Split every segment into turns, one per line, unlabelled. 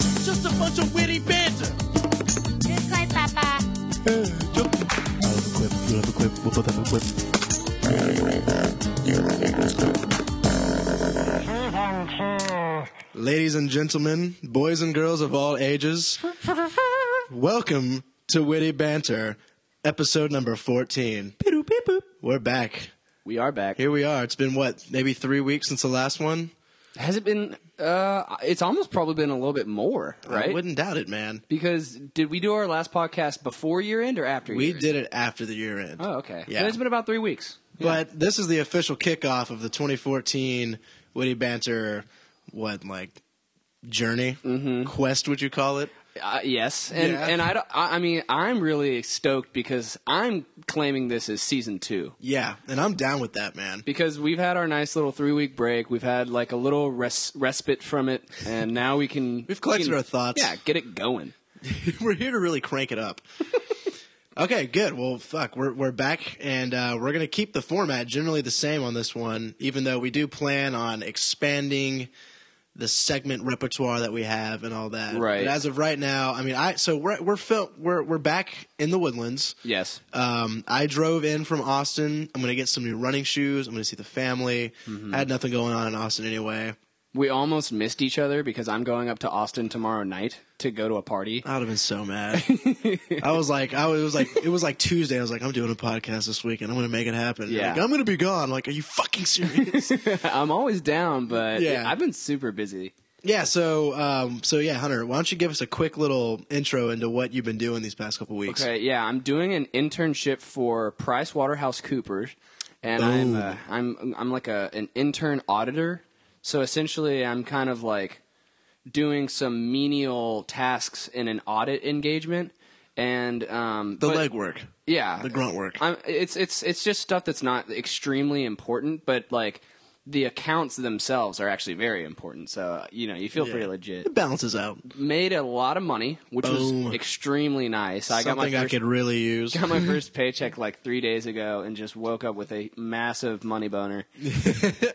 It's just a bunch of witty banter.
Just like Papa.
You have a quip. We'll both have a quip. Ladies and gentlemen, boys and girls of all ages, welcome to Witty Banter, episode number 14. We're back.
We are back.
Here we are. It's been what, maybe three weeks since the last one?
Has it been? Uh, it's almost probably been a little bit more, right?
I wouldn't doubt it, man.
Because did we do our last podcast before year end or after?
We
year end?
did it after the year end.
Oh, okay.
Yeah.
So it's been about three weeks.
But this is the official kickoff of the 2014 Witty Banter, what, like, journey?
Mm-hmm.
Quest, would you call it?
Uh, yes, and
Yeah.
and I, don't- I I mean I'm really stoked because I'm claiming this as season two
Yeah, and I'm down with that, man.
because we've had our nice little three week break. We've had like a little res- respite from it, and now we can
We've collected
we can-
our thoughts.
Yeah, get it going.
we're here to really crank it up. okay, good. Well, fuck, we're we're back, and uh, we're gonna keep the format generally the same on this one, even though we do plan on expanding the segment repertoire that we have and all that.
Right.
But as of right now, I mean, I so we're we're fil- we're we're back in the woodlands.
Yes.
Um, I drove in from Austin. I'm gonna get some new running shoes. I'm gonna see the family. I had nothing going on in Austin anyway.
We almost missed each other because I'm going up to Austin tomorrow night to go to a party.
I'd have been so mad. I was like, I was, it was like, it was like Tuesday. I was like, I'm doing a podcast this week, and I'm going to make it happen. They're
Yeah.
like, I'm going to be gone. Like, are you fucking serious?
I'm always down, but
Yeah.
I've been super busy.
yeah. So, um, so yeah, Hunter, why don't you give us a quick little intro into what you've been doing these past couple weeks?
Okay, yeah, I'm doing an internship for Price Waterhouse Coopers, and I'm
Boom.
uh, I'm I'm like a an intern auditor. So essentially, I'm kind of like doing some menial tasks in an audit engagement, and um,
The
but-
legwork,
yeah,
the grunt work.
I'm, it's it's it's just stuff that's not extremely important, but like the accounts themselves are actually very important. So you know, you feel
Yeah.
pretty legit.
it balances out.
Made a lot of money, which
Boom.
was extremely nice. I got my
Something I
first
could really use.
got my first paycheck like three days ago and just woke up with a massive money boner.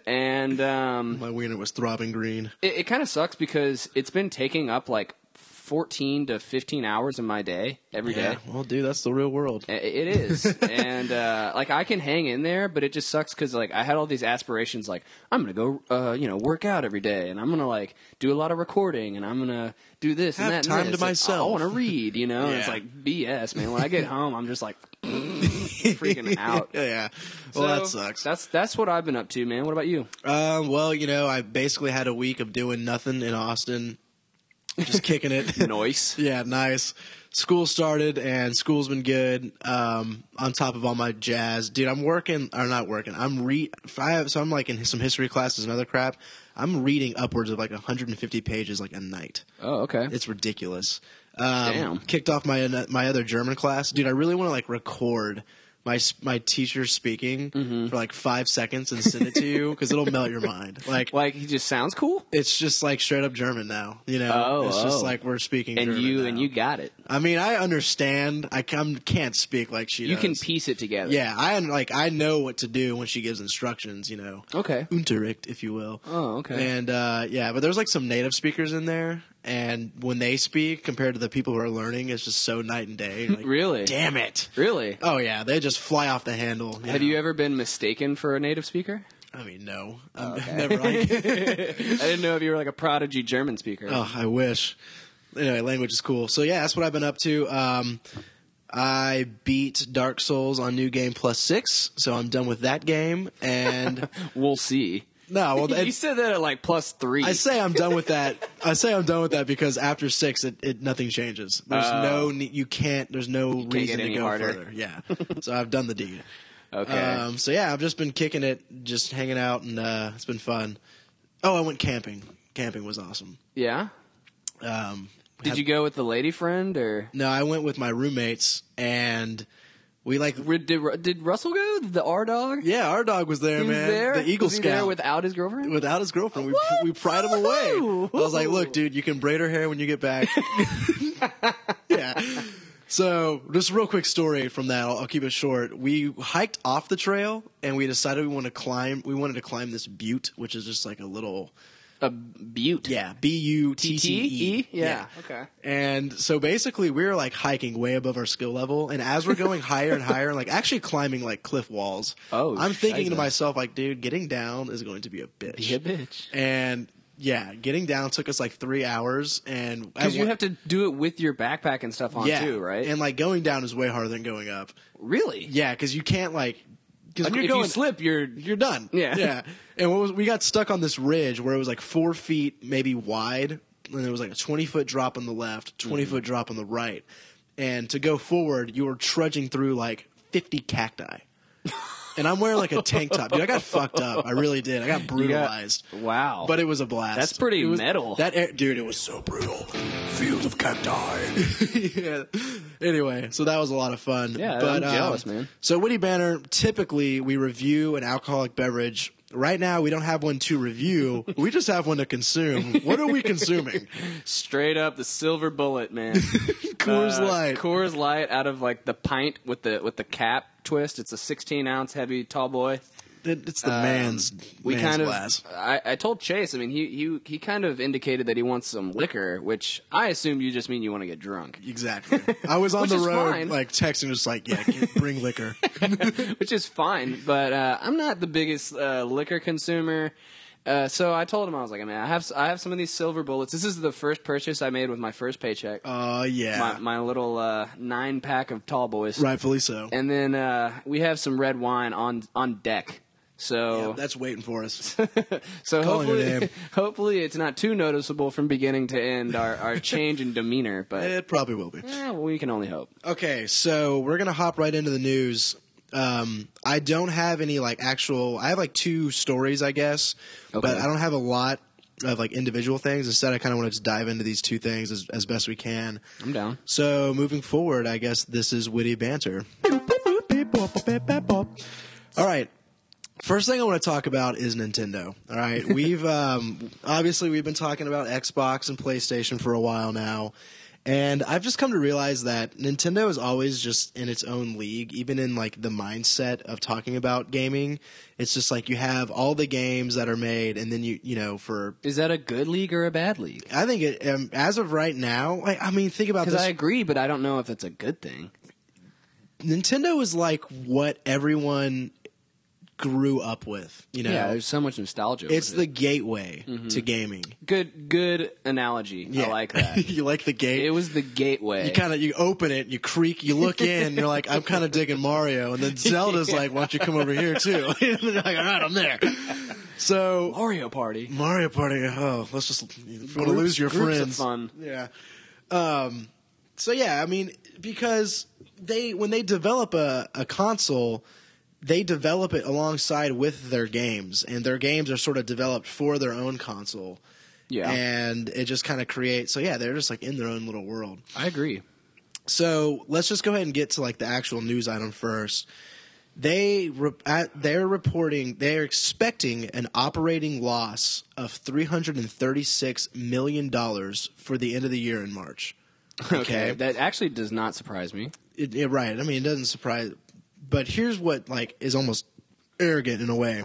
and um,
My wiener was throbbing green.
it, it kind of sucks because it's been taking up like 14 to 15 hours of my day every day.
Yeah. Well, dude, that's the real world.
I- It is, and uh, like I can hang in there, but it just sucks because like I had all these aspirations, like I'm gonna go, uh, you know, work out every day, and I'm gonna like do a lot of recording, and I'm gonna do this and
Have
that.
time to
and this.
myself.
And I want to read, you know. and it's
Yeah.
like BS, man. When I get home, I'm just like freaking out.
yeah. Well, that
So,
sucks.
That's that's what I've been up to, man. What about you?
Um, well, you know, I basically had a week of doing nothing in Austin, just kicking it.
Noise.
Yeah, nice. School started and school's been good. Um, on top of all my jazz, dude, I'm working or not working. I'm re. if I have, so I'm like in some history classes and other crap. I'm reading upwards of like 150 pages like a night.
Oh, okay.
It's ridiculous. Um,
Damn.
Kicked off my my other German class, dude. I really want to like record my s- my teacher speaking
Mm-hmm.
for like five seconds and send it to you because it'll melt your mind. Like.
Like he just sounds cool,
it's just like straight up German now, you know.
Oh,
it's just
oh.
like we're speaking.
and
German
you
now.
and you got it.
I mean, I understand. I can, can't speak like she.
You
does.
can piece it together.
Yeah, I like. I know what to do when she gives instructions. You know,
Okay.
Unterricht, if you will.
Oh, okay.
And uh, yeah, but there's like some native speakers in there, and when they speak compared to the people who are learning, it's just so night and day. You're like,
Really?
Damn it.
Really.
Oh yeah, they just fly off the handle.
Have you ever been mistaken for a native speaker?
I mean, no, I'm never. Like,
I didn't know if you were like a prodigy German speaker.
oh, I wish. Anyway, language is cool. So yeah, that's what I've been up to. Um, I beat Dark Souls on New Game Plus Six, so I'm done with that game. And
We'll see.
no, well,
you
it-
said that at like plus three.
I say I'm done with that. I say I'm done with that because after six, it, it nothing changes. There's
Oh.
no ne- you can't. There's no reason
get
to
any
go
harder.
further. Yeah. so I've done the deed.
okay.
Um, so yeah, I've just been kicking it, just hanging out, and uh, it's been fun. Oh, I went camping. Camping was awesome.
yeah.
Um,
Did you go with the lady friend or
no, I went with my roommates, and we like.
Ru- did Ru- did Russell go? The R dog.
Yeah, our dog was there,
he was
man.
there.
The Eagle
was he
Scout.
there without his girlfriend.
without his girlfriend. We
What?
we pried him away. I
Woo!
was like, look, dude, you can braid her hair when you get back. yeah. So just a real quick story from that. I'll, I'll keep it short. We hiked off the trail and we decided we want to climb. We wanted to climb this butte, which is just like a little.
a butte.
Yeah, B U T T E.
T-T-E? Yeah. Okay.
And so basically, we were like hiking way above our skill level, and as we're going higher and higher, like actually climbing like cliff walls.
Oh,
I'm thinking to
shiza.
myself like, dude, getting down is going to be a bitch.
Be a bitch.
And yeah, getting down took us like three hours, and
Because you have to do it with your backpack and stuff on
yeah,
too, right?
And like going down is way harder than going up.
really,
Yeah, because you can't like because
Like,
when
if
you're going
you slip, you're
you're done.
Yeah.
yeah. And what was, we got stuck on this ridge where it was like four feet maybe wide, and there was like a twenty foot drop on the left, 20
Mm-hmm.
foot drop on the right, and to go forward, you were trudging through like fifty cacti. And I'm wearing like a tank top, dude. I got fucked up. I really did. I got
got-
brutalized.
wow.
But it was a blast.
That's pretty
It was-
metal.
That air, dude, it was so
So brutal. Fields of cacti.
yeah. Anyway, so that was a lot of fun.
Yeah,
but,
I'm jealous,
um,
man.
So Witty Banner, typically we review an alcoholic beverage. Right now, we don't have one to review. we just have one to consume. What are we consuming?
straight up the silver bullet, man.
Coors
Uh,
Light.
Coors Light out of like the pint with the with the cap twist. It's a 16 ounce heavy tall boy.
It- It's the Uh, man's
Um, We
man's
kind of.
glass.
I, I told Chase. I mean, he he he kind of indicated that he wants some liquor, which I assume you just mean you want to get drunk,
Exactly. I was on
Which
the
is
road,
fine.
like texting, just like, yeah, get- bring liquor.
which is fine. But uh, I'm not the biggest uh, liquor consumer. Uh, so I told him I was like, I mean, I have s- I have some of these silver bullets. This is the first purchase I made with my first paycheck.
Oh yeah,
my, my little uh, nine pack of tall boys.
rightfully so.
And then uh, we have some red wine on on deck. So
Yeah, that's waiting for us.
so
calling your name.
hopefully hopefully it's not too noticeable from beginning to end our, our change in demeanor, but
it probably will be.
eh, we can only hope.
Okay, so we're gonna hop right into the news. Um, I don't have any like actual. I have like two stories, I guess, but
Okay.
I don't have a lot of like individual things. Instead, I kind of want to dive into these two things as, as best we can.
I'm down.
So moving forward, I guess this is witty banter. All right. First thing I want to talk about is Nintendo. All right, we've um, obviously we've been talking about Xbox and PlayStation for a while now, and I've just come to realize that Nintendo is always just in its own league, even in like the mindset of talking about gaming. It's just like you have all the games that are made, and then you you know for
Is that a good league or a bad league?
I think it, um, as of right now, like, I mean, think about
Because
this.
I agree, but I don't know if it's a good thing.
Nintendo is like what everyone grew up with. You know,
Yeah, there's so much nostalgia.
it's
with
the gateway to gaming.
it. good good analogy. I Mm-hmm. like that.
you like the gate.
it was the gateway.
you kind of you open it, you creak, you look in, you're like, I'm kind of digging Mario, and then Zelda's like, Why don't you come over here too? and they're like, All right, I'm there. So
Oreo party.
Mario Party. Oh, let's just if you want to
Groups-
lose your
groups of
friends.
fun.
Yeah. Um, so yeah, I mean, because they when they develop a, a console, they develop it alongside with their games, and their games are sort of developed for their own console,
Yeah.
and it just kind of creates. So yeah, they're just like in their own little world.
I agree.
So let's just go ahead and get to like the actual news item first. They re- at, they're reporting they're expecting an operating loss of three hundred and thirty six million dollars for the end of the year in March.
Okay. That actually does not surprise me.
It, it- right. I mean, it doesn't surprise. But here's what like is almost arrogant in a way.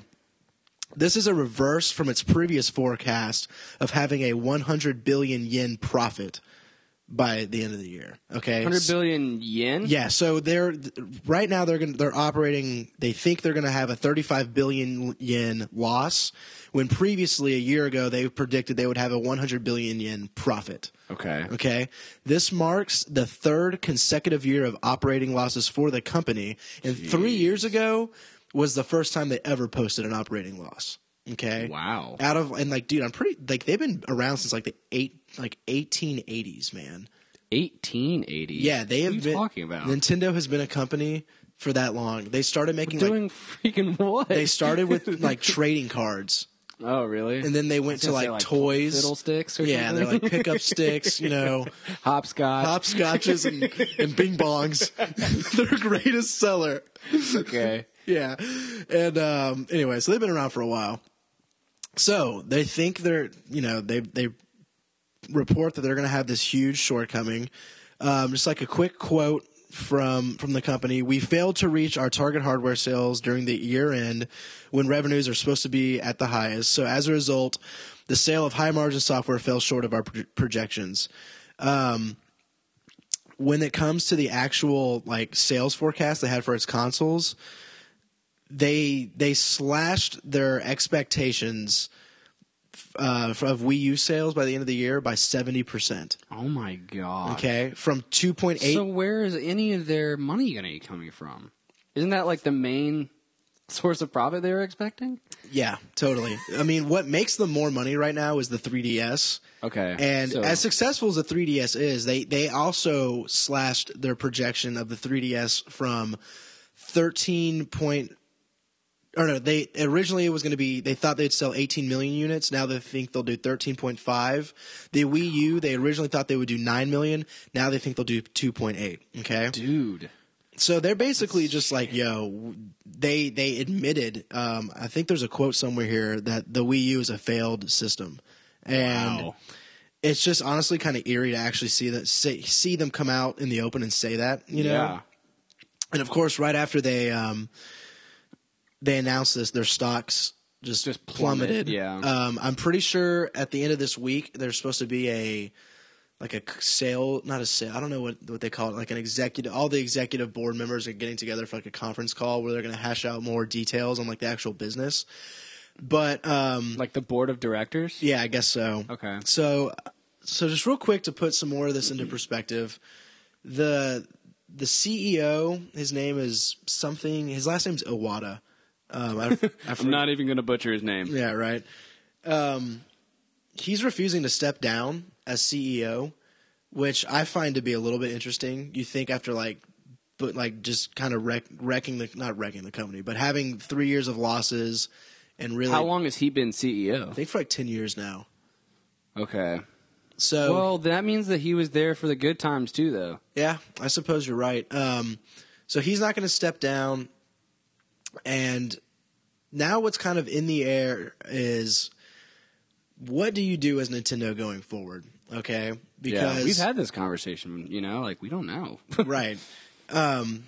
This is a reverse from its previous forecast of having a 100 billion yen profit by the end of the year. Okay,
100 billion yen?
yeah, so they're th- right now they're gonna, they're operating. They think they're going to have a 35 billion yen loss, when previously a year ago they predicted they would have a 100 billion yen profit.
Okay.
Okay, this marks the third consecutive year of operating losses for the company, and three years ago was the first time they ever posted an operating loss. Okay,
Wow.
Out of and like, dude, I'm pretty like they've been around since like the eight like 1880s, man.
1880.
Yeah, they have
what are you
been
talking about
Nintendo has been a company for that long. They started making like
doing freaking what?
they started with like trading cards,
oh, really?
and then they went to
gonna
like,
say, like,
toys,
fiddlesticks or
yeah, they're
something.
like pickup sticks, you know,
hopscotch.
hopscotches and, and bing bongs. their greatest seller.
okay.
yeah. And um, anyway, so they've been around for a while. So they think they're, you know, they they report that they're going to have this huge shortcoming. Um, just like a quick quote from from the company: "We failed to reach our target hardware sales during the year end, when revenues are supposed to be at the highest. So as a result." The sale of high margin software fell short of our pro- projections. Um, when it comes to the actual like sales forecast they had for its consoles, they they slashed their expectations uh, of Wii U sales by the end of the year by seventy percent.
Oh my god.
Okay, from two point eight
So where is any of their money going to be coming from? Isn't that like the main source of profit they were expecting?
Yeah, totally. I mean, what makes them more money right now is the 3DS.
Okay.
And
so-
as successful as the 3DS is, they they also slashed their projection of the 3DS from 13 point or no, they originally it was going to be they thought they'd sell 18 million units. Now they think they'll do 13.5. The Wii U, they originally thought they would do 9 million. Now they think they'll do 2.8, okay?
dude.
So they're basically just like, yo, w- they they admitted. Um, I think there's a quote somewhere here that the Wii U is a failed system, and
Wow.
it's just honestly kind of eerie to actually see that see, see them come out in the open and say that, you know.
Yeah.
And of course, right after they um, they announced this, their stocks just
Just plummeted,
plummeted.
yeah.
Um, I'm pretty sure at the end of this week there's supposed to be a like a c- sale, not a sale. I don't know what what they call it. Like an executive, all the executive board members are getting together for like a conference call where they're going to hash out more details on like the actual business. But um,
Like the board of directors?
yeah, I guess so.
Okay.
So, so just real quick to put some more of this into perspective, the the CEO, his name is something. His last name's Iwata. Um, I, I
I'm not even going to butcher his name.
yeah, right. Um, he's refusing to step down as CEO, which I find to be a little bit interesting. You think after like, but like just kind of wreck, wrecking the not wrecking the company, but having three years of losses and really,
How long has he been
I
CEO?
think for like ten years now.
Okay.
So
Well, that means that he was there for the good times too, though.
Yeah, I suppose you're right. Um, so he's not going to step down. And now what's kind of in the air is what do you do as Nintendo going forward? Okay. Because
yeah, we've had this conversation, you know, like we don't know.
right. Um,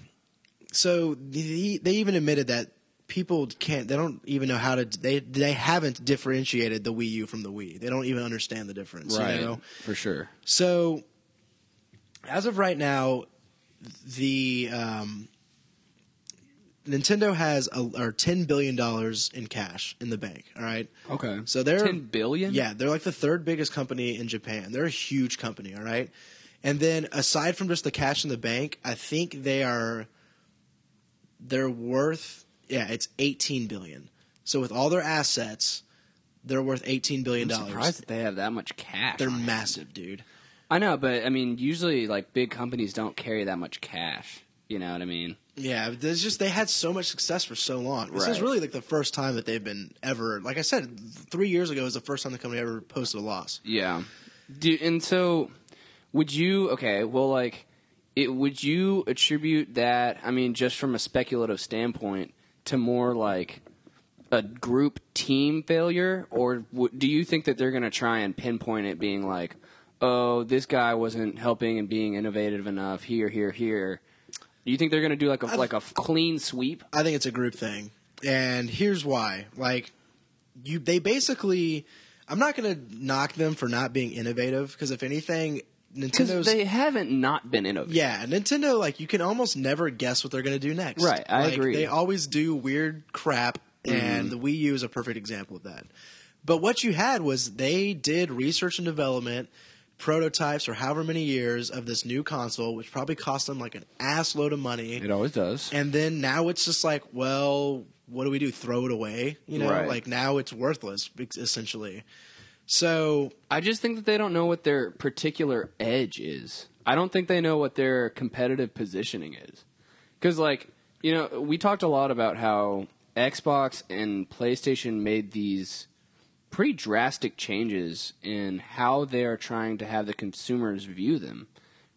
so the, they even admitted that people can't. They don't even know how to. They they haven't differentiated the Wii U from the Wii. They don't even understand the difference. You know?
For sure.
So, as of right now, the um, Nintendo has a, or ten billion dollars in cash in the bank. All right,
Okay.
so they're
10 billion?
Yeah, they're like the third biggest company in Japan. They're a huge company. All right, and then aside from just the cash in the bank, I think they are they're worth yeah, it's eighteen billion. So with all their assets, they're worth eighteen billion
I'm surprised
dollars.
that they have that much cash.
They're massive, dude.
I know, but I mean, usually like big companies don't carry that much cash. You know what I mean?
Yeah, but there's just they had so much success for so long. This is
Right.
really like the first time that they've been ever. Like I said, three years ago was the first time the company ever posted a loss.
Yeah. Do, and so, would you? Okay. Well, like, it, would you attribute that? I mean, just from a speculative standpoint, to more like a group team failure, or w- do you think that they're going to try and pinpoint it being like, oh, this guy wasn't helping and being innovative enough here, here, here? Do you think they're going to do like a like a clean sweep?
I think it's a group thing, and here's why. Like you, they basically. I'm not going to knock them for not being innovative because if anything,
Because
Nintendo's
they haven't not been innovative.
yeah, Nintendo like you can almost never guess what they're going to do next.
Right, I
Like,
agree. Mm-hmm.
They always do weird crap, and the Wii U is a perfect example of that. But what you had was they did research and development prototypes for however many years of this new console, which probably cost them like an ass load of money.
It always does.
And then now it's just like, well, what do we do? Throw it away? You know,
Right.
like now it's worthless ex- essentially. So
I just think that they don't know what their particular edge is. I don't think they know what their competitive positioning is. Because, like, you know, we talked a lot about how Xbox and PlayStation made these pretty drastic changes in how they are trying to have the consumers view them,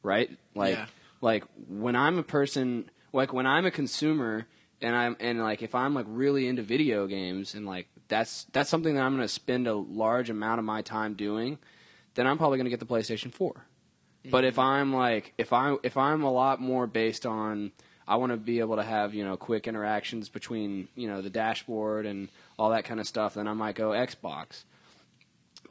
right? Like,
Yeah.
like when I'm a person, like when I'm a consumer, and I'm and like if I'm like really into video games, and like that's that's something that I'm going to spend a large amount of my time doing, then I'm probably going to get the PlayStation Four. But if I'm like if I if I'm a lot more based on I want to be able to have you know quick interactions between you know the dashboard and all that kind of stuff, then I might go Xbox.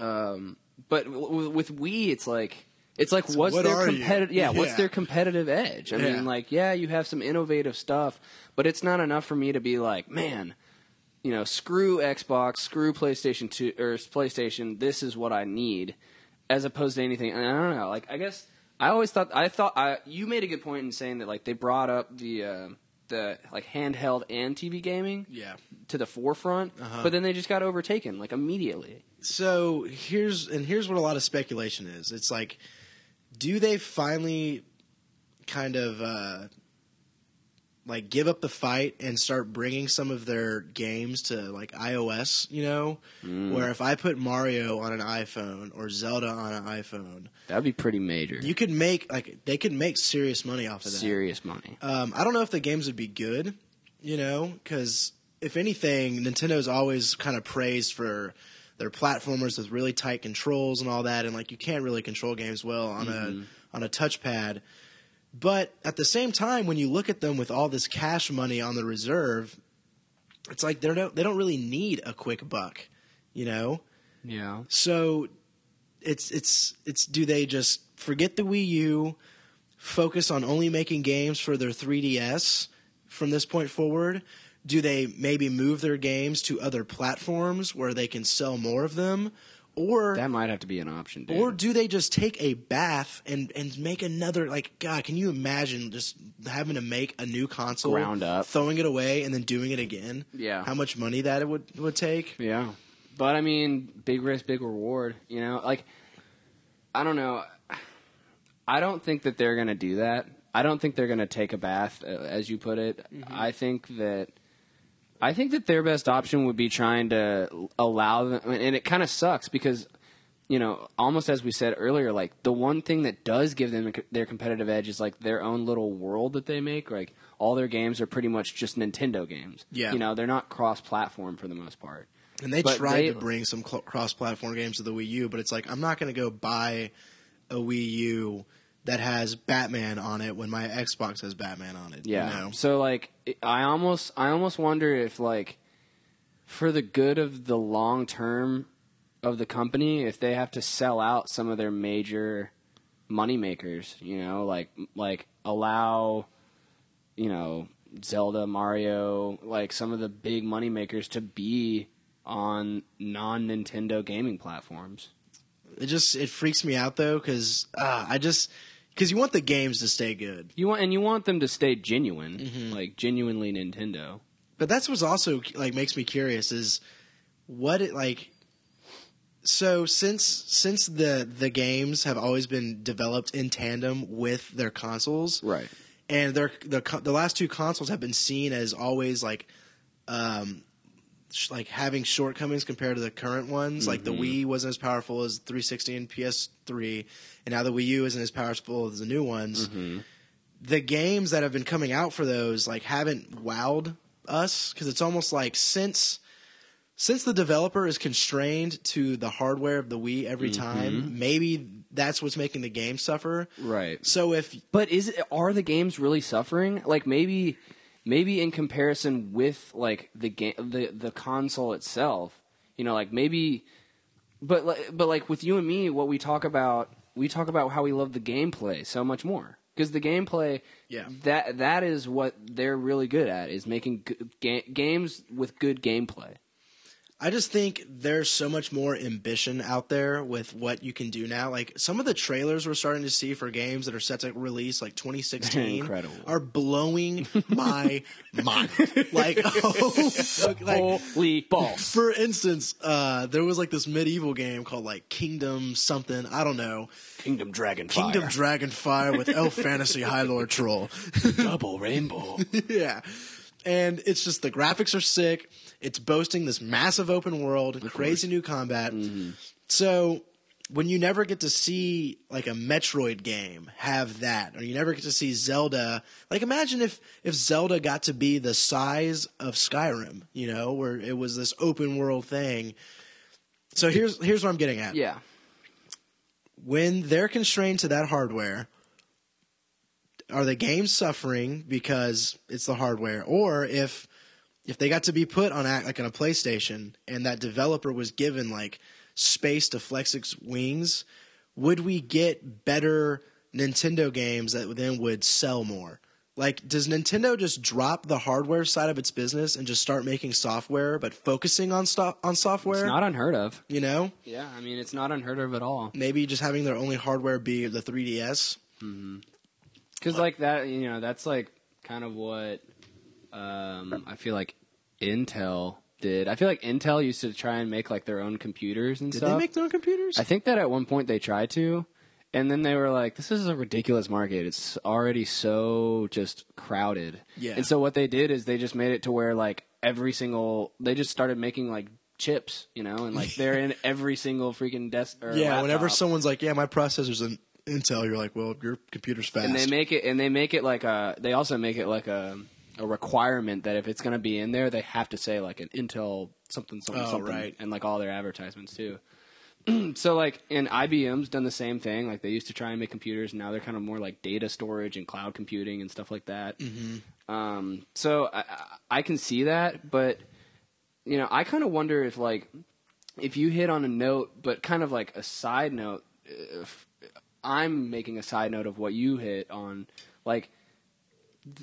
Um, but w- with Wii, it's like it's like what's
what
their
are you?
competitive? Yeah, what's
Yeah.
their competitive edge? I
Yeah.
mean, like yeah, you have some innovative stuff, but it's not enough for me to be like, man, you know, screw Xbox, screw PlayStation Two or PlayStation. This is what I need, as opposed to anything. I don't know. Like I guess I always thought I thought I you made a good point in saying that like they brought up the. Uh, the like handheld and TV gaming
Yeah.
to the forefront,
Uh-huh.
but then they just got overtaken like immediately.
So here's and here's what a lot of speculation is. It's like, do they finally kind of uh, like give up the fight and start bringing some of their games to like iOS? You know, where if I put Mario on an iPhone or Zelda on an iPhone,
That'd be pretty major.
you could make like they could make serious money off of that.
serious money.
Um, I don't know if the games would be good, you know, because if anything, Nintendo's always kind of praised for their platformers with really tight controls and all that, and like you can't really control games well on a on a touchpad. But at the same time, when you look at them with all this cash money on the reserve, it's like they don't they don't really need a quick buck, you know.
Yeah.
So it's it's it's do they just forget the Wii U, focus on only making games for their 3DS from this point forward? Do they maybe move their games to other platforms where they can sell more of them? Or
That might have to be an option, dude.
or do they just take a bath and and make another like god, can you imagine just having to make a new console
Ground up.
throwing it away and then doing it again?
Yeah.
How much money that would would take?
yeah. But I mean, big risk, big reward, you know? Like I don't know. I don't think that they're going to do that. I don't think they're going to take a bath uh, as you put it. I think that I think that their best option would be trying to allow them I mean, and it kind of sucks because you know, almost as we said earlier, like the one thing that does give them their competitive edge is like their own little world that they make. Like all their games are pretty much just Nintendo games.
Yeah.
you know, they're not cross-platform for the most part.
And they
But
tried
they-
to bring some cl- cross-platform games to the Wii U, but it's like I'm not going to go buy a Wii U that has Batman on it when my Xbox has Batman on it. you
Yeah.
know?
So like, it- I almost, I almost wonder if like, for the good of the long term of the company, if they have to sell out some of their major money makers, you know, like like allow, you know, Zelda, Mario, like some of the big money makers to be on non Nintendo gaming platforms.
It just it freaks me out though because uh, I just because you want the games to stay good,
You want and you want them to stay genuine, like genuinely Nintendo.
but that's what's also like makes me curious is what it like. So since since the the games have always been developed in tandem with their consoles,
Right.
and their the co- the last two consoles have been seen as always like um sh- like having shortcomings compared to the current ones like the Wii wasn't as powerful as 360 and PS3 and now the Wii U isn't as powerful as the new ones the games that have been coming out for those like haven't wowed us cuz it's almost like since since the developer is constrained to the hardware of the Wii every time maybe that's what's making the game suffer
Right.
so if
But is it, are the games really suffering? Like maybe maybe in comparison with like the game the the console itself, you know, like maybe but li- but like with you and me what we talk about we talk about how we love the gameplay so much more because the gameplay
Yeah.
that that is what they're really good at is making g- ga- games with good gameplay.
I just think there's so much more ambition out there with what you can do now. Like some of the trailers we're starting to see for games that are set to release like 2016
Incredible.
are blowing my mind. Like, oh, fuck, like
Holy balls.
for instance, uh, there was like this medieval game called like Kingdom something. I don't know.
Kingdom Dragon
Kingdom Dragonfire with Elf Fantasy High Lord Troll.
Double Rainbow.
yeah. And it's just the graphics are sick. It's boasting this massive open world, crazy new combat.
Mm-hmm.
So when you never get to see like a Metroid game have that, or you never get to see Zelda, like imagine if if Zelda got to be the size of Skyrim, you know, where it was this open world thing. So here's here's what I'm getting at
Yeah.
when they're constrained to that hardware, are the games suffering because it's the hardware, or if if they got to be put on a, like on a PlayStation and that developer was given like space to flex its wings, would we get better Nintendo games that then would sell more? Like, does Nintendo just drop the hardware side of its business and just start making software, but focusing on sto- on software?
It's not unheard of.
you know,
Yeah, I mean, it's not unheard of at all.
maybe just having their only hardware be the 3DS.
Because like that, you know, that's like kind of what um, I feel like Intel did. I feel like Intel used to try and make like their own computers and
Did
stuff.
they make their own computers?
I think that at one point they tried to, and then they were like, "This is a ridiculous market. It's already so just crowded."
Yeah.
And so what they did is they just made it to where like every single they just started making like chips, you know, and like they're in every single freaking desk. Or
yeah, whenever
laptop.
someone's like, "Yeah, my processor's an Intel," you're like, "Well, your computer's fast."
and they make it and they make it like a they also make it like a a requirement that if it's going to be in there they have to say like an intel something something
Oh,
something
right.
and like all their advertisements too so like and ibm's done the same thing like they used to try and make computers now they're kind of more like data storage and cloud computing and stuff like that
Mm-hmm.
um, so I, I- I can see that but you know i kind of wonder if like if you hit on a note but kind of like a side note if i'm making a side note of what you hit on like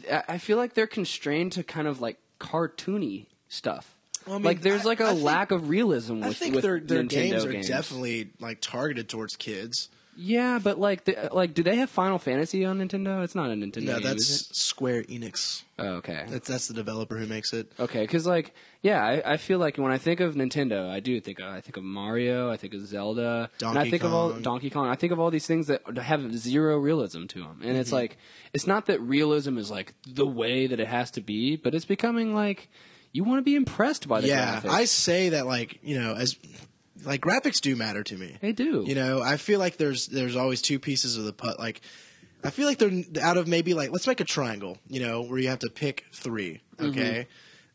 th- i I feel like they're constrained to kind of like cartoony stuff
Well, I mean,
like there's
I-
like a
I think-
lack of realism with,
I think
with
their their
Nintendo
games are definitely like targeted towards kids.
yeah, but like, the, like, do they have Final Fantasy on Nintendo? It's not a Nintendo.
No,
game, is
that's Square Enix.
it? Oh, okay.
That's that's the developer who makes it.
Okay, because like, yeah, I, I feel like when I think of Nintendo, I do think of, I think of Mario, I think of Zelda, and
Donkey
I think of all
Kong.
Donkey Kong. I think of all these things that have zero realism to them, and it's
Mm-hmm.
like, it's not that realism is like the way that it has to be, but it's becoming like you want to be impressed by the
yeah,
graphics.
I say that like you know as like graphics do matter to me.
they do.
You know, I feel like there's there's always two pieces of the putt. Like, I feel like they're out of maybe like let's make a triangle. You know, where you have to pick three.
Mm-hmm.
Okay,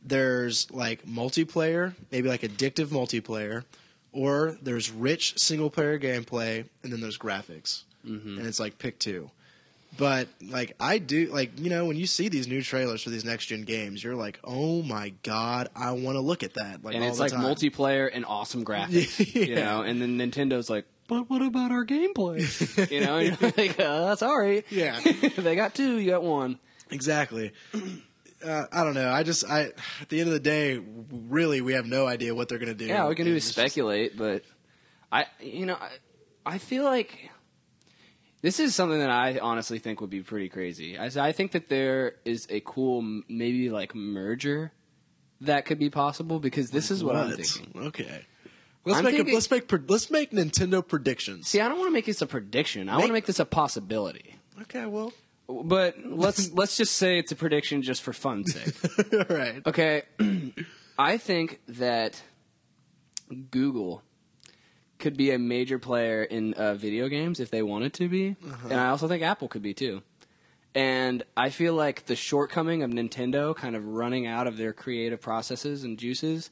there's like multiplayer, maybe like addictive multiplayer, or there's rich single player gameplay, and then there's graphics,
Mm-hmm.
and it's like pick two. But like I do, like you know, when you see these new trailers for these next gen games, you're like, oh my god, I want to look at that. Like
and
all
it's
the
like
time.
multiplayer and awesome graphics, you
Yeah.
know. And then Nintendo's like, "But what about our gameplay?" you know, and you're like, uh, "Sorry,
Yeah.
they got two, you got one."
Exactly. Uh, I don't know. I just, I at the end of the day, really, we have no idea what they're going to do.
Yeah, all we can do is
It's just-
speculate, but I, you know, I, I feel like this is something that I honestly think would be pretty crazy. I, I think that there is a cool, m- maybe like merger that could be possible because this is what, I'm thinking.
Okay. Let's
I'm
make
thinking-
a, let's make pre- let's make Nintendo predictions.
See, I don't want to make this a prediction. I
Make-
want to make this a possibility.
Okay. Well.
But let's let's just say it's a prediction just for fun's sake.
all right.
Okay, I think that Google could be a major player in uh, video games if they wanted to be, and I also think Apple could be too. And I feel like the shortcoming of Nintendo kind of running out of their creative processes and juices,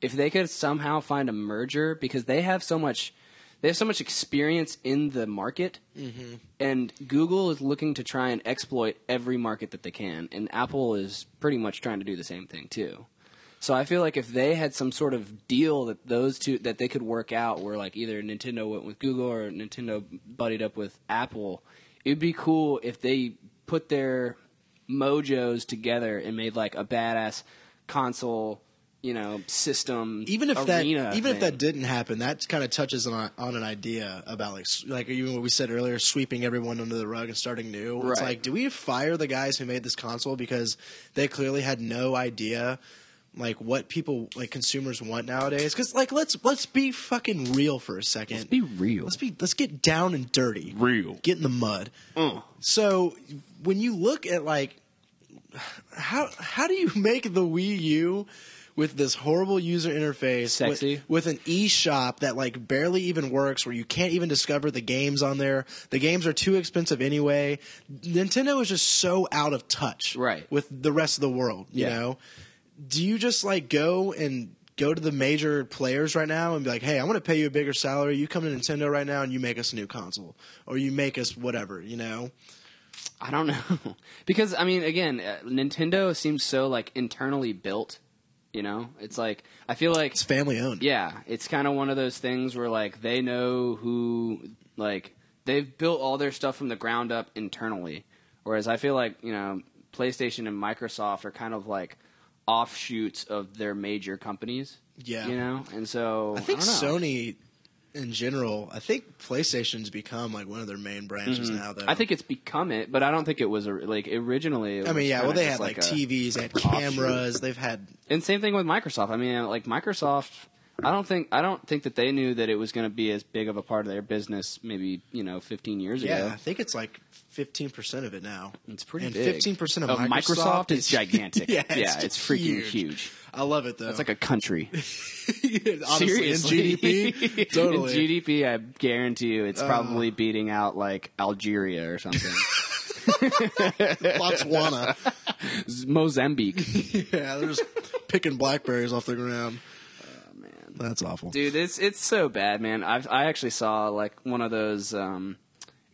if they could somehow find a merger because they have so much they have so much experience in the market
Mm-hmm.
and Google is looking to try and exploit every market that they can, and Apple is pretty much trying to do the same thing too. So I feel like if they had some sort of deal that those two that they could work out, where like either Nintendo went with Google or Nintendo buddied up with Apple, it'd be cool if they put their mojos together and made like a badass console, you know, system.
Even if that
arena
even if
thing.
that didn't happen, that kind of touches on on an idea about like s- like even what we said earlier, sweeping everyone under the rug and starting new. It's
Right.
like, do we fire the guys who made this console because they clearly had no idea like what people like consumers want nowadays? Because like let's let's be fucking real for a second. Let's
be real.
Let's be let's get down and dirty.
Real.
Get in the mud.
Mm.
uh. So when you look at like how how do you make the Wii U with this horrible user interface
Sexy.
with, with an eShop that like barely even works where you can't even discover the games on there. The games are too expensive anyway. Nintendo is just so out of touch
Right.
with the rest of the world, you
Yeah.
know. Do you just like go and go to the major players right now and be like, "Hey, I'm going to pay you a bigger salary. You come to Nintendo right now and you make us a new console or you make us whatever, you know?"
I don't know because I mean, again, uh, Nintendo seems so like internally built You know, it's like I feel like
It's family owned.
yeah, it's kind of one of those things where like they know who like they've built all their stuff from the ground up internally. Whereas I feel like, you know, PlayStation and Microsoft are kind of like offshoots of their major companies.
Yeah.
You know? And so
I think
don't know.
Sony, in general, I think PlayStation's become like one of their main branches now. Though
Mm-hmm. I think it's become it, but I don't think it was a, like originally. It
I mean,
was
yeah.
kinda
Well, they had
just
like,
a-
TVs, they had
offshoot.
cameras, they've had
and same thing with Microsoft. I mean, like Microsoft, I don't think I don't think that they knew that it was going to be as big of a part of their business. Maybe you know, fifteen years
Yeah,
ago.
I think it's like fifteen percent of it now.
It's pretty
and
big.
Fifteen percent of,
Of
Microsoft,
Microsoft is gigantic.
yeah,
Yeah, it's freaking huge.
I love it though.
That's like a country.
honestly, in
Seriously.
GDP, totally. Uh.
in GDP, I guarantee you, it's probably beating out like Algeria or something,
Botswana.
Mozambique.
yeah, they're just picking blackberries off the ground. Oh man, that's awful.
dude it's it's so bad man i i actually saw like one of those um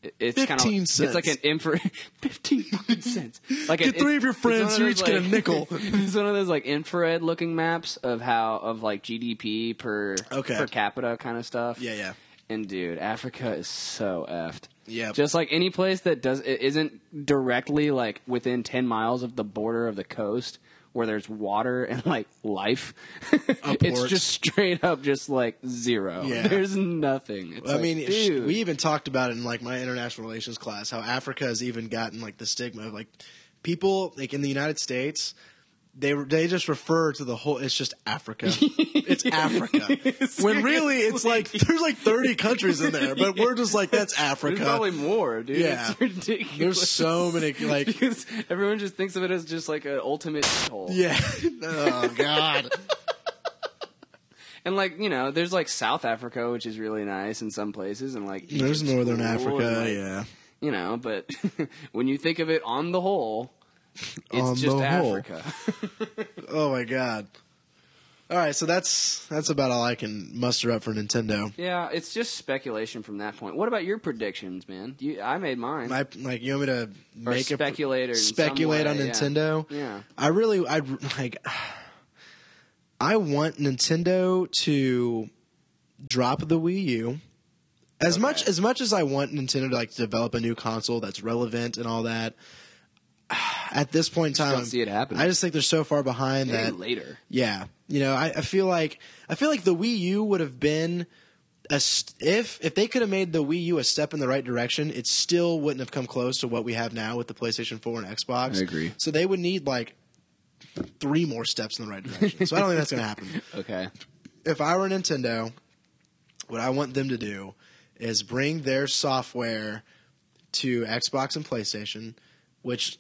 it- it's kind of
15
it's like an
cents.
infra 15 fucking cents like
Get
it-
three
it-
of your
it's one
friends, you
those,
each get a
like-
nickel.
it's one of those like infrared looking maps of how of like gdp per
Okay.
per capita kind of stuff
Yeah, yeah.
and dude africa is so effed
Yep.
just like any place that does it isn't directly like within 10 miles of the border of the coast where there's water and like life it's
ports.
just straight up just like zero.
Yeah.
There's nothing. It's
I
like,
mean, sh-
dude,
we even talked about it in like my international relations class how Africa has even gotten like the stigma of like people like in the United States. They, they just refer to the whole. It's just Africa. It's Africa. when really it's like there's like 30 countries in there, but we're just like that's
there's
Africa.
probably more, dude.
Yeah.
It's ridiculous.
There's so many like
because everyone just thinks of it as just like an ultimate hole.
yeah. Oh god.
And like you know, there's like South Africa, which is really nice in some places, and like
There's
Egypt's
northern
cool, and,
Africa,
like,
yeah.
You know, but when you think of it on the whole, it's
On
just
the whole.
Africa.
Oh my god. All right, so that's that's about all I can muster up for Nintendo.
yeah, it's just speculation from that point. What about your predictions, man? You, I made mine.
My, like you want me to
or
make a
speculator in some
speculate
way,
on
yeah.
Nintendo.
Yeah.
I really, I like, I want Nintendo to drop the Wii U. As much as much as I want Nintendo to like develop a new console that's relevant and all that, at this point in time,
don't see it happening.
I just think they're so far behind
Maybe
that
later.
yeah, you know, I, I feel like I feel like the Wii U would have been a st- if if they could have made the Wii U a step in the right direction, it still wouldn't have come close to what we have now with the PlayStation 4 and Xbox.
I agree.
So they would need like three more steps in the right direction. so I don't think that's going to happen.
Okay.
If I were Nintendo, what I want them to do is bring their software to Xbox and PlayStation, which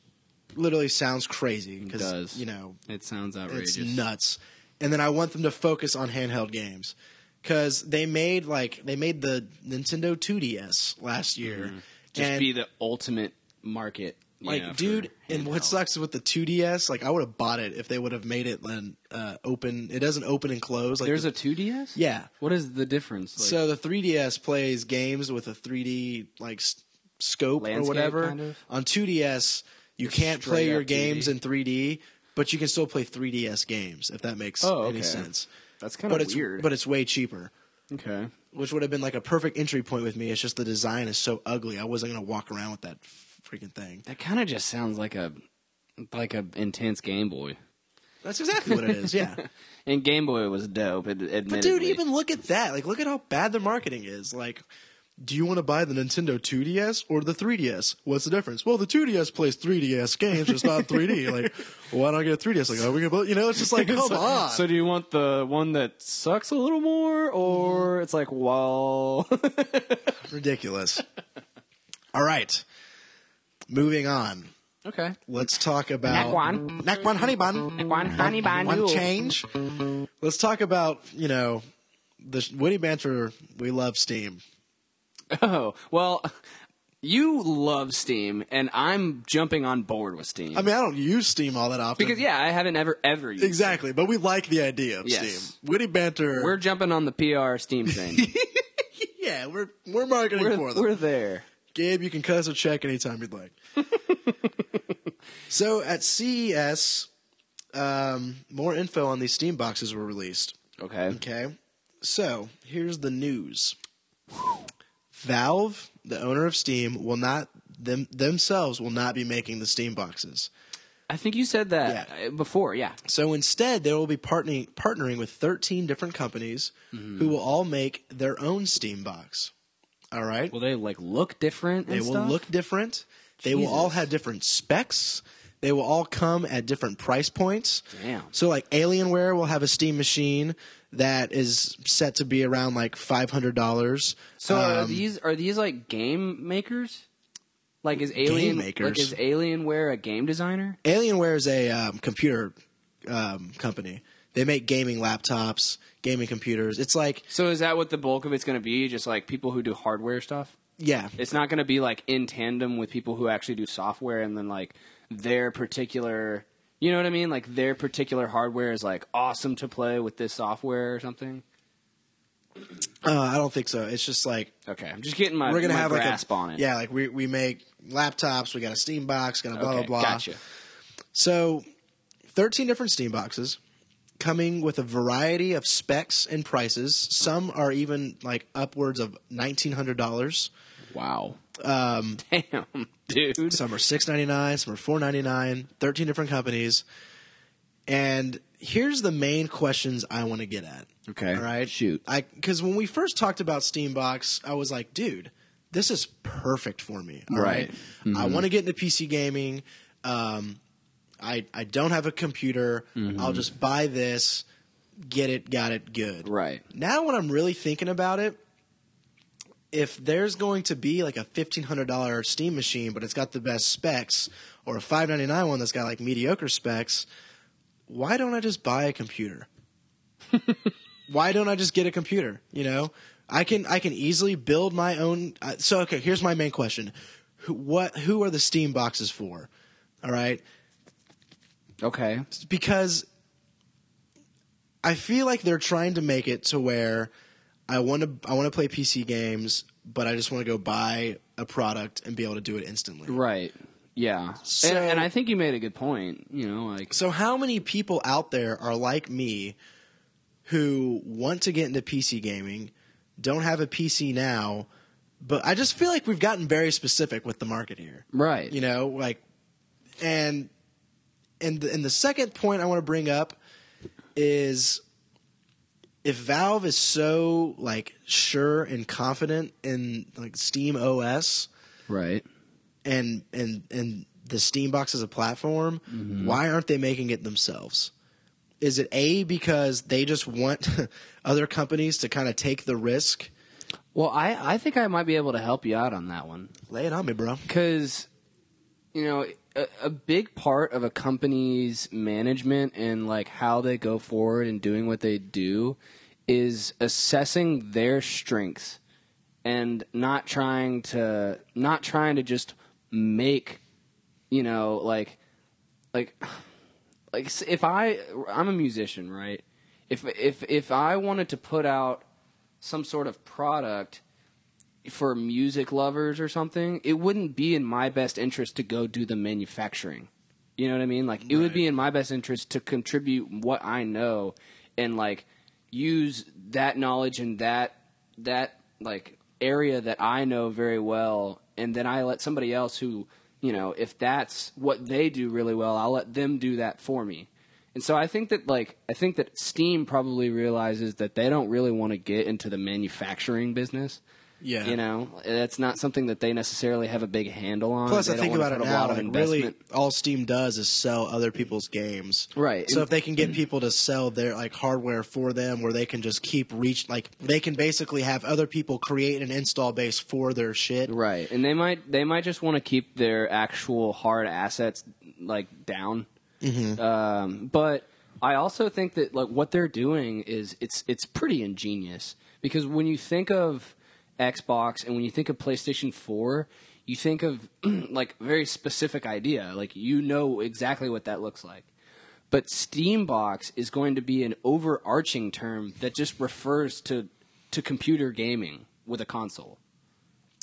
literally sounds crazy
does.
because you know
It sounds
it's
outrageous.
nuts. And then I want them to focus on handheld games because they made like they made the Nintendo 2DS last year.
Mm-hmm. Just
and
be the ultimate market. you
like,
know, for
dude, and what
handheld.
sucks with the 2DS, like I would have bought it if they would have made it then uh, open. It doesn't open and close. Like
There's
the-
a 2DS?
yeah.
What is the difference? Like,
so the 3DS plays games with a 3D like s- scope or
Landscape,
whatever.
kind of?
On 2DS, you
Just
can't play
straight
your
up 2D.
games in 3D, but you can still play 3DS games if that makes
Oh,
any
okay.
sense.
that's kind
But
of
it's
weird.
but it's way cheaper.
okay.
which would have been like a perfect entry point with me. It's just the design is so ugly. I wasn't going to walk around with that freaking thing.
That kind of just sounds like a like a intense Game Boy.
That's exactly what it is. Yeah.
And Game Boy was dope. It,
but dude, even look at that. Like, look at how bad the marketing is. Like, do you want to buy the Nintendo 2DS or the 3DS? What's the difference? Well, the 2DS plays 3DS games. It's not 3D. Like, why don't I get a 3DS? Like, oh, we can both, you know, it's just like, come on.
So do you want the one that sucks a little more,
Mm.
or it's like, well,
Ridiculous. All right. Moving on.
okay,
Let's talk about
one.
Neck one honey bun.
One honey bun.
one change. Let's talk about you know the Woody Banter. We love Steam.
Oh, well, you love Steam, and I'm jumping on board with Steam.
I mean, I don't use Steam all that often.
because, yeah, I haven't ever, ever used
exactly. But we like the idea of
Yes.
Steam. Witty Banter.
it. We're jumping on the PR Steam train.
yeah, we're we're marketing
we're,
for them.
we're there.
Gabe, you can cut us a check anytime you'd like. so at CES, E um, more info on these Steam boxes were released.
Okay.
Okay. So here's the news Valve, the owner of Steam, will not, them, themselves will not be making the Steam boxes.
I think you said that uh before. Yeah.
So instead, they will be partnering, partnering with 13 different companies who will all make their own Steam box. All right.
Will they like look different?
They
and
will
stuff?
look different. They will all
Jesus.
have different specs. They will all come at different price points.
Damn.
So like Alienware will have a Steam machine that is set to be around like five hundred dollars. Um,
So uh, are these are these like game makers? Like is Alien
makers.
like is Alienware a game designer?
Alienware is a um, computer um, company. They make gaming laptops, gaming computers. It's like
So is that what the bulk of it's going to be? Just like people who do hardware stuff.
yeah,
It's not going to be like in tandem with people who actually do software and then like their particular. You know what I mean? Like their particular hardware is like awesome to play with this software or something.
uh, I don't think so. It's just like
Okay, I'm just getting my
we're gonna
my
have
grasp
like a,
on it.
yeah, like we we make laptops. We got a Steam box. Gonna blah
okay,
blah blah.
Gotcha.
So, 13 different Steam boxes coming with a variety of specs and prices. Some are even like upwards of $1,900.
Wow. Um, Damn, dude.
Some are $6.99, some are $4.99, 13 different companies. And here's the main questions I want to get at.
Okay.
All right. I because when we first talked about Steambox, I was like, dude, this is perfect for me. All
Right. Mm-hmm.
I want to get into PC gaming. Um, I I don't have a computer.
Mm-hmm.
I'll just buy this, get it, got it, good.
Right.
Now, when I'm really thinking about it, if there's going to be like a fifteen hundred dollar Steam machine, but it's got the best specs, or a five ninety nine one that's got like mediocre specs, why don't I just buy a computer? why don't I just get a computer? You know, I can I can easily build my own. Uh, so okay, here's my main question: who, What who are the Steam boxes for? All right,
Okay.
because I feel like they're trying to make it to where I want to I want to play PC games, but I just want to go buy a product and be able to do it instantly.
Right. Yeah.
So-
and, and I think you made a good point. You know, like
So how many people out there are like me who want to get into PC gaming, don't have a PC now, but I just feel like we've gotten very specific with the market here.
right.
you know like and and the, and the second point i want to bring up is if valve is so like sure and confident in like steam os
Right.
and and and the steam box as a platform why aren't they making it themselves is it a because they just want other companies to kind of take the risk
Well, I I think I might be able to help you out on that one
lay it on me bro
because you know a, a big part of a company's management and like how they go forward and doing what they do is assessing their strengths and not trying to not trying to just make you know like like like s- if I I'm a musician, right? If if if I wanted to put out some sort of product for music lovers or something, it wouldn't be in my best interest to go do the manufacturing. You know what I mean? Like it would be in my best interest to contribute what I know and like use that knowledge and that that like area that I know very well and then I let somebody else who, you know, if that's what they do really well, I'll let them do that for me. And so I think that like I think that Steam probably realizes that they don't really want to get into the manufacturing business.
yeah
You know, that's not something that they necessarily have a big handle on.
Plus,
They
I
don't
think
wanna
about it
put a
now.
lot of
Like, really,
investment.
all Steam does is sell other people's games.
Right. Mm-hmm.
So if they can get people to sell their like hardware for them, where they can just keep reach, like they can basically have other people create an install base for their shit.
right, and they might they might just want to keep their actual hard assets like down. Um, but I also think that like what they're doing is it's it's pretty ingenious because when you think of Xbox and when you think of PlayStation Four, you think of like very specific idea. Like you know exactly what that looks like. But Steambox is going to be an overarching term that just refers to to computer gaming with a console.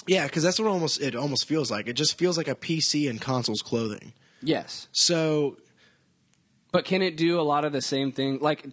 Yeah, because that's what almost it almost feels like. It just feels like a PC in console's clothing.
Yes.
So
But can it do a lot of the same thing? Like,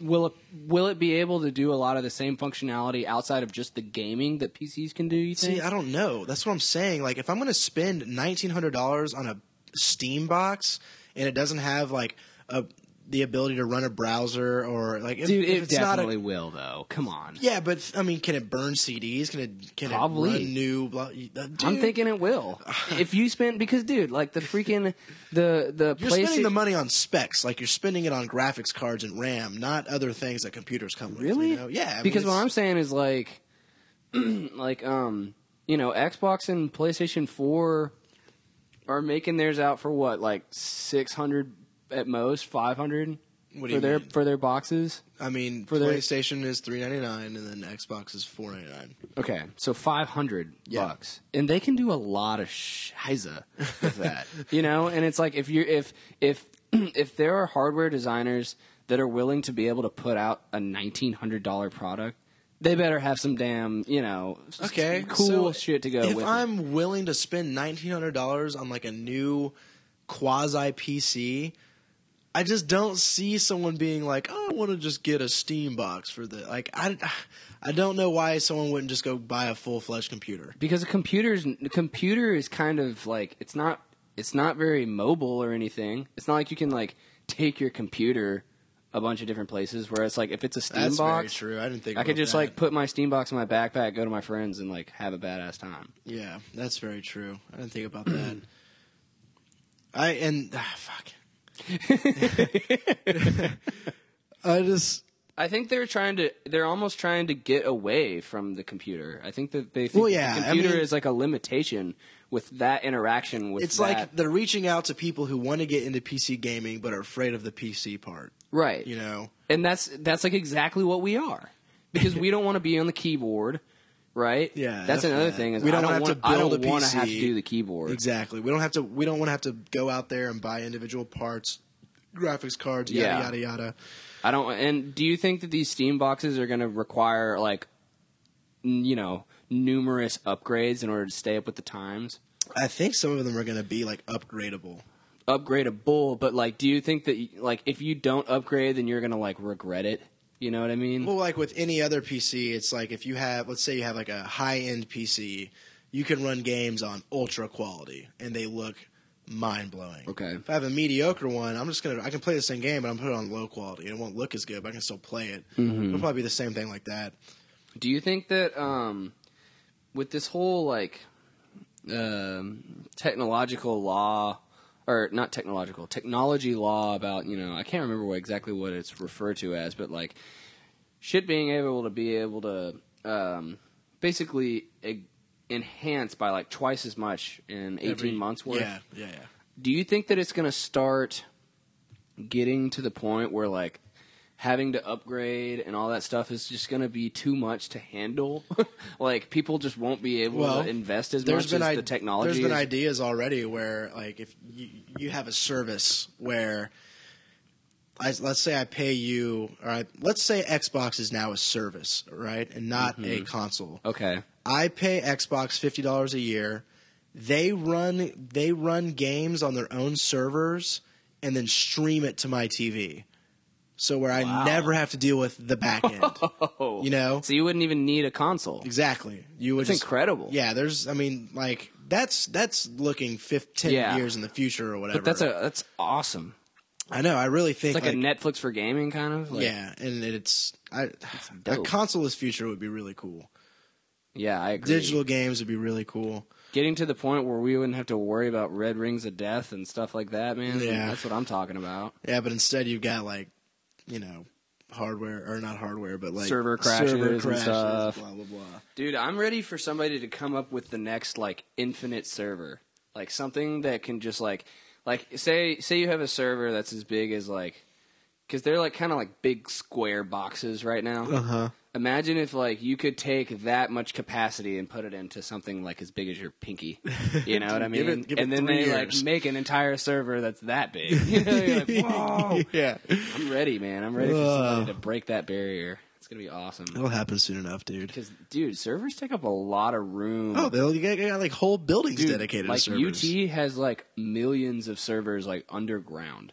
will it, will it be able to do a lot of the same functionality outside of just the gaming that PCs can do? You think?
See, I don't know. That's what I'm saying. Like, if I'm going to spend nineteen hundred dollars on a Steam box and it doesn't have like a the ability to run a browser or like, if,
Dude,
if
it
it's not
definitely
a
will, though. Come on.
yeah, but I mean, can it burn CDs? Can it can
Probably.
it run new? Blah, uh, dude,
I'm thinking it will. if you spend because dude, like the freaking the the
you're
place
spending the money on specs, like you're spending it on graphics cards and RAM, not other things that computers come with. you
Really?
know? Yeah. I mean,
because what
it's-
I'm saying is like, like um, you know, Xbox and PlayStation Four are making theirs out for what, like six hundred at most, five hundred
What do
for
you
their
mean?
for their boxes.
I mean,
for their-
PlayStation is three ninety nine, and then Xbox is four ninety nine.
Okay, so five hundred
Yeah.
bucks, and they can do a lot of shiza with that, you know. And it's like if you if if if there are hardware designers that are willing to be able to put out a nineteen hundred dollar product, they better have some damn you know s-
Okay,
cool
so
shit to go
if
with. it.
I'm willing to spend nineteen hundred dollars on like a new quasi PC, I just don't see someone being like, oh, "I want to just get a Steam box for the like." I, I don't know why someone wouldn't just go buy a full fledged computer.
because a computer's the computer is kind of like it's not it's not very mobile or anything. It's not like you can like take your computer a bunch of different places. Whereas like if it's a Steam
That's very
box.
true. I didn't think
I could
about
just
that.
like put my Steam box in my backpack, go to my friends, and like have a badass time.
Yeah, that's very true. I didn't think about that. I and ah, fuck. I just
I think they're trying to. They're almost trying to get away from the computer. I think that they think
Well,
that
yeah, I
the computer
mean-
is like a limitation with that interaction. With
it's
that.
like they're reaching out to people who want to get into PC gaming but are afraid of the PC part.
right,
You know,
and that's that's like exactly what we are because we don't want to be on the keyboard. Right.
Yeah,
That's
F
another
that.
thing is
We
I
don't
don't
have
want
to
I
build
don't
a
want to have to
PC.
do the keyboard.
exactly. We don't have to. We don't want to have to go out there and buy individual parts, graphics cards, yada
Yeah.
yada yada.
I don't. And do you think that these Steam boxes are going to require like, n- you know, numerous upgrades in order to stay up with the times?
I think some of them are going to be like upgradable.
Upgradable, but like, do you think that y- like if you don't upgrade, then you're going to like regret it? You know what I mean?
Well, like with any other PC, it's like if you have, let's say you have like a high end PC, you can run games on ultra quality and they look mind blowing.
Okay.
If I have a mediocre one, I'm just gonna I can play the same game, but I'm gonna put it on low quality. It won't look as good, but I can still play it.
Mm-hmm.
It'll probably be the same thing like that.
Do you think that um, with this whole like um, technological law or not technological technology law about you know I can't remember what exactly what it's referred to as, but like shit being able to be able to um, basically e- enhance by like twice as much in eighteen
Every-
months worth
Yeah, yeah, yeah.
do you think that it's going to start getting to the point where like having to upgrade and all that stuff is just going to be too much to handle like people just won't be able
Well,
to invest as
There's
much
been
as
i-
the technology
There's been
is-
ideas already where like if you, you have a service where I, let's say I pay you, all right. Let's say Xbox is now a service, right, and not
Mm-hmm.
a console.
okay
I pay Xbox fifty dollars a year. They run they run games on their own servers and then stream it to my TV. So where I
Wow.
never have to deal with the back end.
oh
you know?
so you wouldn't even need a console
exactly. You would
it's
just,
incredible
Yeah, there's I mean like that's that's looking 15
Yeah.
years in the future or whatever.
but that's a that's awesome
I know, I really think
it's
like,
like, a netflix for gaming kind of like,
yeah, and it's I a
dope.
consoleless future would be really cool.
yeah i agree
Digital games would be really cool.
getting to the point where we wouldn't have to worry about red rings of death and stuff like that man
Yeah.
that's what i'm talking about
Yeah, but instead you've got like, you know, hardware or not hardware, but like
Server crashes and stuff.
Blah blah blah.
Dude, I'm ready for somebody to come up with the next like infinite server. Like something that can just like like say say you have a server that's as big as like cuz they're like kind of like big square boxes right now.
huh.
Imagine if like you could take that much capacity and put it into something like as big as your pinky. You know what I mean?
Give it- give it
and then
three
they
years.
like make an entire server that's that big. You know, you're like, "Whoa."
Yeah,
I'm ready, man. I'm ready for
Whoa.
somebody to break that barrier. It's going to be awesome.
it'll happen soon enough, dude.
Because dude, servers take up a lot of room.
Oh, they'll you got, you got like whole buildings
dude,
dedicated
like
to servers.
UT has like millions of servers like underground.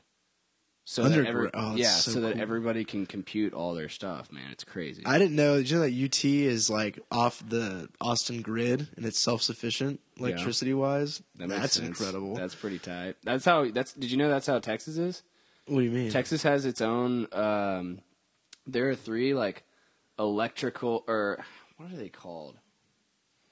so that
Undergr-
every,
oh, that's
yeah,
so
so, that
cool.
everybody can compute all their stuff. Man, it's crazy.
I didn't know. Did you know that UT is like off the Austin grid and it's self sufficient electricity wise?
That makes
That's
sense.
incredible.
That's pretty tight. That's how. That's. Did you know that's how Texas is?
what do you mean?
Texas has its own. Um, there are three like electrical or what are they called?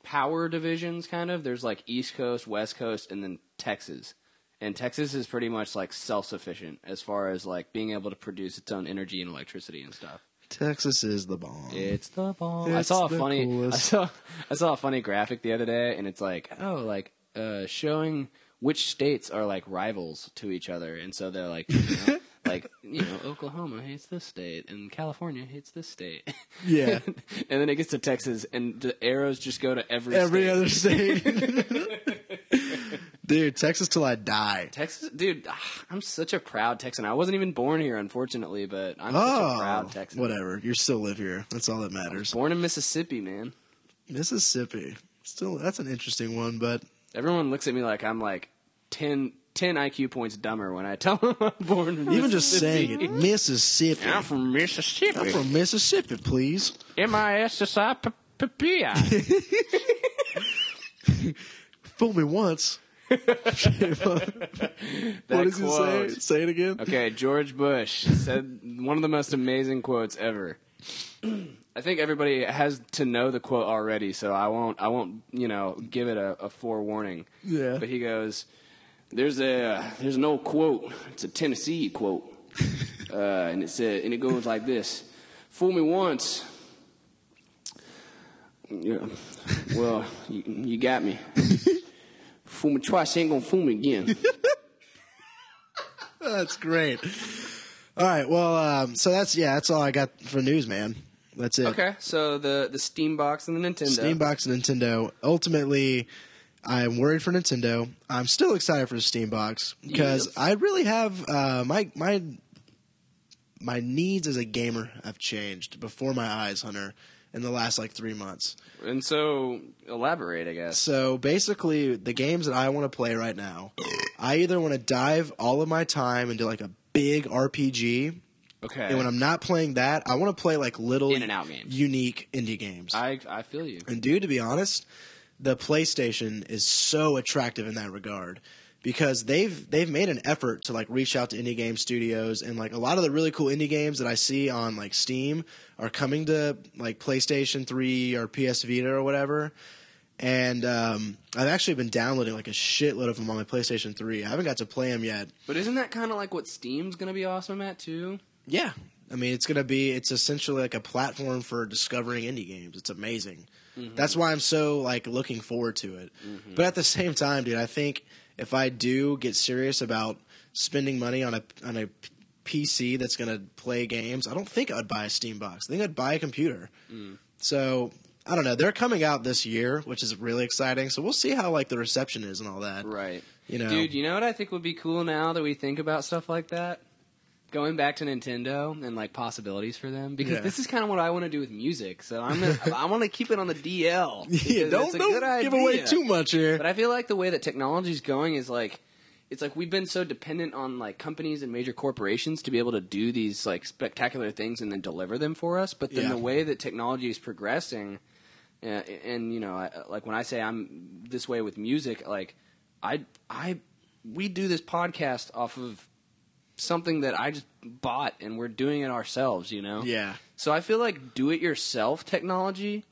Power divisions, kind of. There's like East Coast, West Coast, and then Texas. And Texas is pretty much like self-sufficient as far as like being able to produce its own energy and electricity and stuff.
Texas is the bomb.
It's the ball. I
It's
saw a
the
funny. I
coolest.
saw I saw a funny graphic the other day, and it's like, oh, like uh, showing which states are like rivals to each other, and so they're like, you know, like you know, Oklahoma hates this state, and California hates this state,
Yeah.
and then it gets to Texas, and the arrows just go to every
Every
state.
other state. Dude, Texas till I die.
Texas, dude, ah, I'm such a proud Texan. I wasn't even born here, unfortunately, but I'm such a
Oh,
proud Texan.
whatever. You still live here. That's all that matters.
Born in Mississippi, man.
Mississippi. Still, that's an interesting one, but
Everyone looks at me like I'm like 10, 10 IQ points dumber when I tell them I'm born in
even just
Mississippi.
saying it, Mississippi.
I'm from Mississippi.
I'm from Mississippi, please.
M-I-S-S-I-P-P-I.
Fool me once. what does he say?
quote.
Say it again.
Okay, George Bush said one of the most amazing quotes ever. I think everybody has to know the quote already, so I won't. I won't, you know, give it a, a forewarning.
Yeah.
But he goes, "There's a there's an old quote. It's a Tennessee quote, uh, and it said, and it goes like this: Fool me once, yeah, well, you, you got me. fool me twice, you ain't gonna fool me again.
That's great. All right. Well, um, so that's yeah. That's all I got for news, man. That's it.
Okay, so the the Steam Box and the Nintendo.
Steambox and Nintendo. Ultimately, I'm worried for Nintendo. I'm still excited for the Steambox because
Yes.
I really have uh, my my my needs as a gamer have changed before my eyes, Hunter, in the last like three months.
And so elaborate, I guess.
So basically, the games that I want to play right now, I either want to dive all of my time into like a big RPG,
Okay.
and when I'm not playing that, I want to play like little
In and out games.
unique indie games.
I I feel you.
And dude, to be honest, the PlayStation is so attractive in that regard because they've they've made an effort to like reach out to indie game studios and like a lot of the really cool indie games that I see on like Steam are coming to like PlayStation 3 or PS Vita or whatever. And um, I've actually been downloading like a shitload of them on my PlayStation 3. I haven't got to play them yet.
But isn't that kind of like what Steam's gonna be awesome at too?
Yeah. I mean, it's going to be, it's essentially like a platform for discovering indie games. It's amazing.
Mm-hmm.
That's why I'm so, like, looking forward to it. But at the same time, dude, I think if I do get serious about spending money on a, on a PC that's going to play games, I don't think I'd buy a Steam box. I think I'd buy a computer.
Mm.
So, I don't know. They're coming out this year, which is really exciting. So we'll see how, like, the reception is and all that.
Right.
You know,
Dude, you know what I think would be cool now that we think about stuff like that? Going back to Nintendo and like possibilities for them because
Yeah.
this is kind of what I want to do with music. So I'm gonna, I want to keep it on the DL.
yeah,
because
don't,
it's a
don't
good
give away
idea.
too much here.
But I feel like the way that technology's going is like it's like we've been so dependent on like companies and major corporations to be able to do these like spectacular things and then deliver them for us. But then
Yeah.
the way that technology is progressing, uh, and you know, I, like when I say I'm this way with music, like I I we do this podcast off of something that I just bought and we're doing it ourselves. You know,
yeah.
so I feel like do it yourself technology,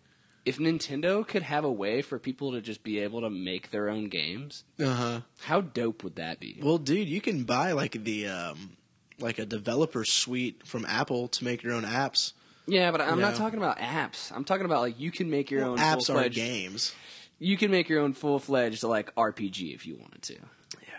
if Nintendo could have a way for people to just be able to make their own games,
Uh huh.
how dope would that be?
Well, dude, you can buy like the um like a developer suite from Apple to make your own apps.
Yeah, but I'm not
Yeah.
talking about apps. I'm talking about like you can make your own
apps are
full-fledged
games.
You can make your own full-fledged like RPG if you wanted to.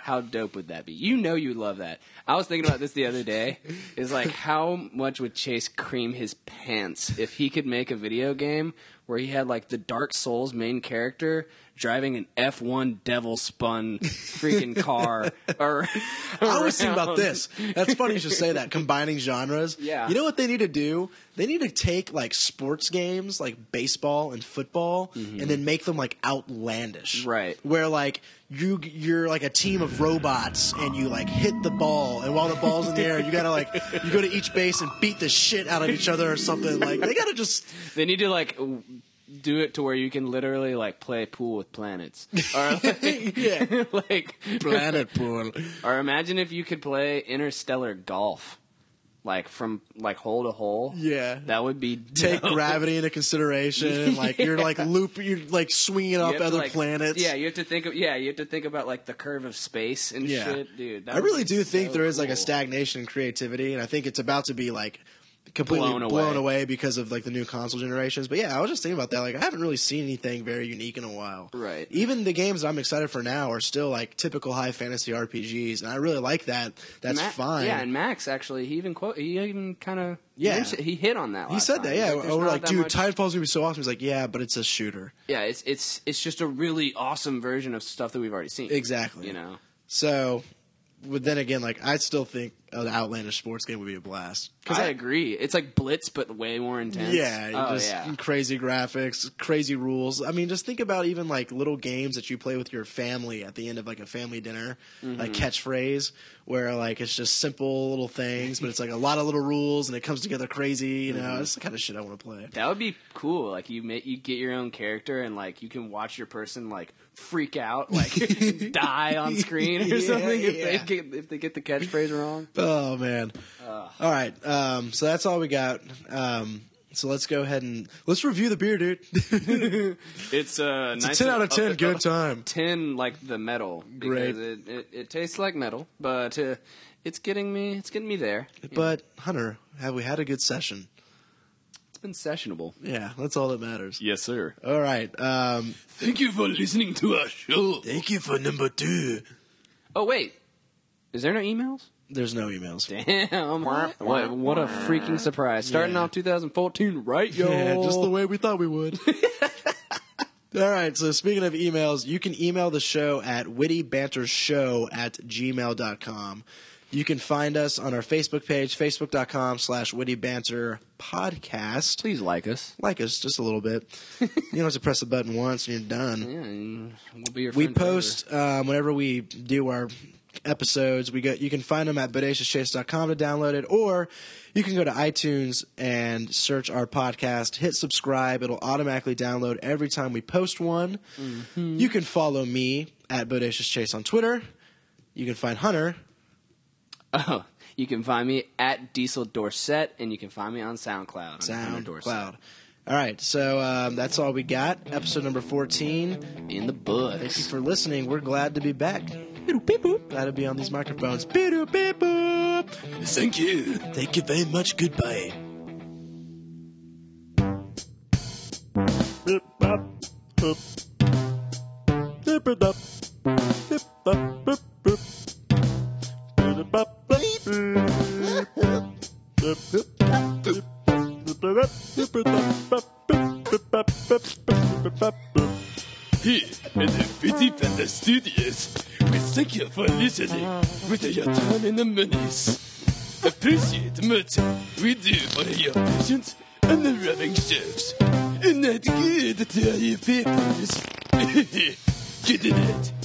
How dope would that be? You know you would love that. I was thinking about this the other day. Is like how much would Chase cream his pants if he could make a video game where he had like the Dark Souls main character driving an F1 devil spun freaking car. or
I was thinking about
around.
this. That's funny you should say that. Combining genres.
Yeah.
You know what they need to do? They need to take like sports games, like baseball and football, and then make them like outlandish.
Mm-hmm. Right.
Where like you you're like a team of robots and you like hit the ball, and while the ball's in the air, you gotta like you go to each base and beat the shit out of each other or something. Like they gotta just
They need to like w- do it to where you can literally like play pool with planets. Or like,
yeah.
like
Planet pool.
or imagine if you could play interstellar golf. Like from like hole to hole.
Yeah.
That would be
Take
dope.
gravity into consideration. and, Like you're like loop, you're like swinging
You
off
have to,
other
like-
planets.
Yeah, you have to think of yeah, you have to think about like the curve of space and
Yeah.
shit, dude. that
I
would
really
be
do think
so
there is like a
cool.
stagnation in creativity, and I think it's about to be like completely blown
Blown
away.
away.
because of like the new console generations. But yeah, I was just thinking about that. Like, I haven't really seen anything very unique in a while.
Right.
Even the games that I'm excited for now are still like typical high fantasy RPGs, and I really like that. That's
Ma-
fine.
Yeah, and Max actually, he even quote, he even kind of
Yeah.
he hit on that.
he
last
said
time.
that. Yeah.
there's
And we're
not
like,
that
dude,
much-
Titanfall's gonna be so awesome. He's like, yeah, but it's a shooter.
yeah, it's it's it's just a really awesome version of stuff that we've already seen.
Exactly.
You know,
So. But then again, like I still think an outlandish sports game would be a blast.
because I, agree, it's like Blitz but way more intense.
Yeah,
oh
just
yeah.
crazy graphics, crazy rules. I mean, just think about even like little games that you play with your family at the end of like a family dinner,
Mm-hmm.
like catchphrase, where like it's just simple little things, but it's like a lot of little rules and it comes together crazy. You know,
Mm-hmm.
that's the kind of shit I want to play.
That would be cool. Like you, make, you get your own character, and like you can watch your person like freak out, like die on screen or
Yeah,
something if
yeah.
they get, if they get the catchphrase wrong.
Oh man! all right, um, so that's all we got. Um, so let's go ahead and let's review the beer, dude.
It's, uh,
It's a ten out of ten. Good time.
ten like the metal
Great.
because it, it, it tastes like metal, but uh, it's getting me it's getting me there.
But Hunter, have we had a good session?
It's been sessionable.
Yeah, that's all that matters.
Yes, sir.
All right. Um,
Thank you for listening to our show.
Thank you for number two.
Oh wait, is there no emails?
There's no emails.
Damn! what what a freaking surprise! Starting
Yeah.
off 2014, right, yo?
Yeah, just the way we thought we would. All right, so speaking of emails, you can email the show at wittybantershow at gmail.com. You can find us on our Facebook page, facebook.com slash wittybanterpodcast. podcast.
Please like us.
Like us just a little bit. you don't have to press the button once and you're done.
Yeah, and we'll be your
we
friend forever.
post um, whenever we do our episodes we got you can find them at bodaciouschace.com to download it or you can go to itunes and search our podcast hit subscribe it'll automatically download every time we post one you can follow me at bodacious chase on twitter you can find hunter
Oh, you can find me at Diesel Dorset, and you can find me on SoundCloud. I'm Hunter Dorset.
soundcloud all right so um, that's all we got episode number 14
in
thank you
the books.
for listening we're glad to be back Beep, beep, boop. glad to be on these microphones Beep, beep, boop.
Thank you.
Thank you very much. Goodbye.
Here at the Fitty Fender Studios, we thank you for listening with your time and the monies. Appreciate much we do for your patience and the rubbing shows. And that good to all you papers. Get it?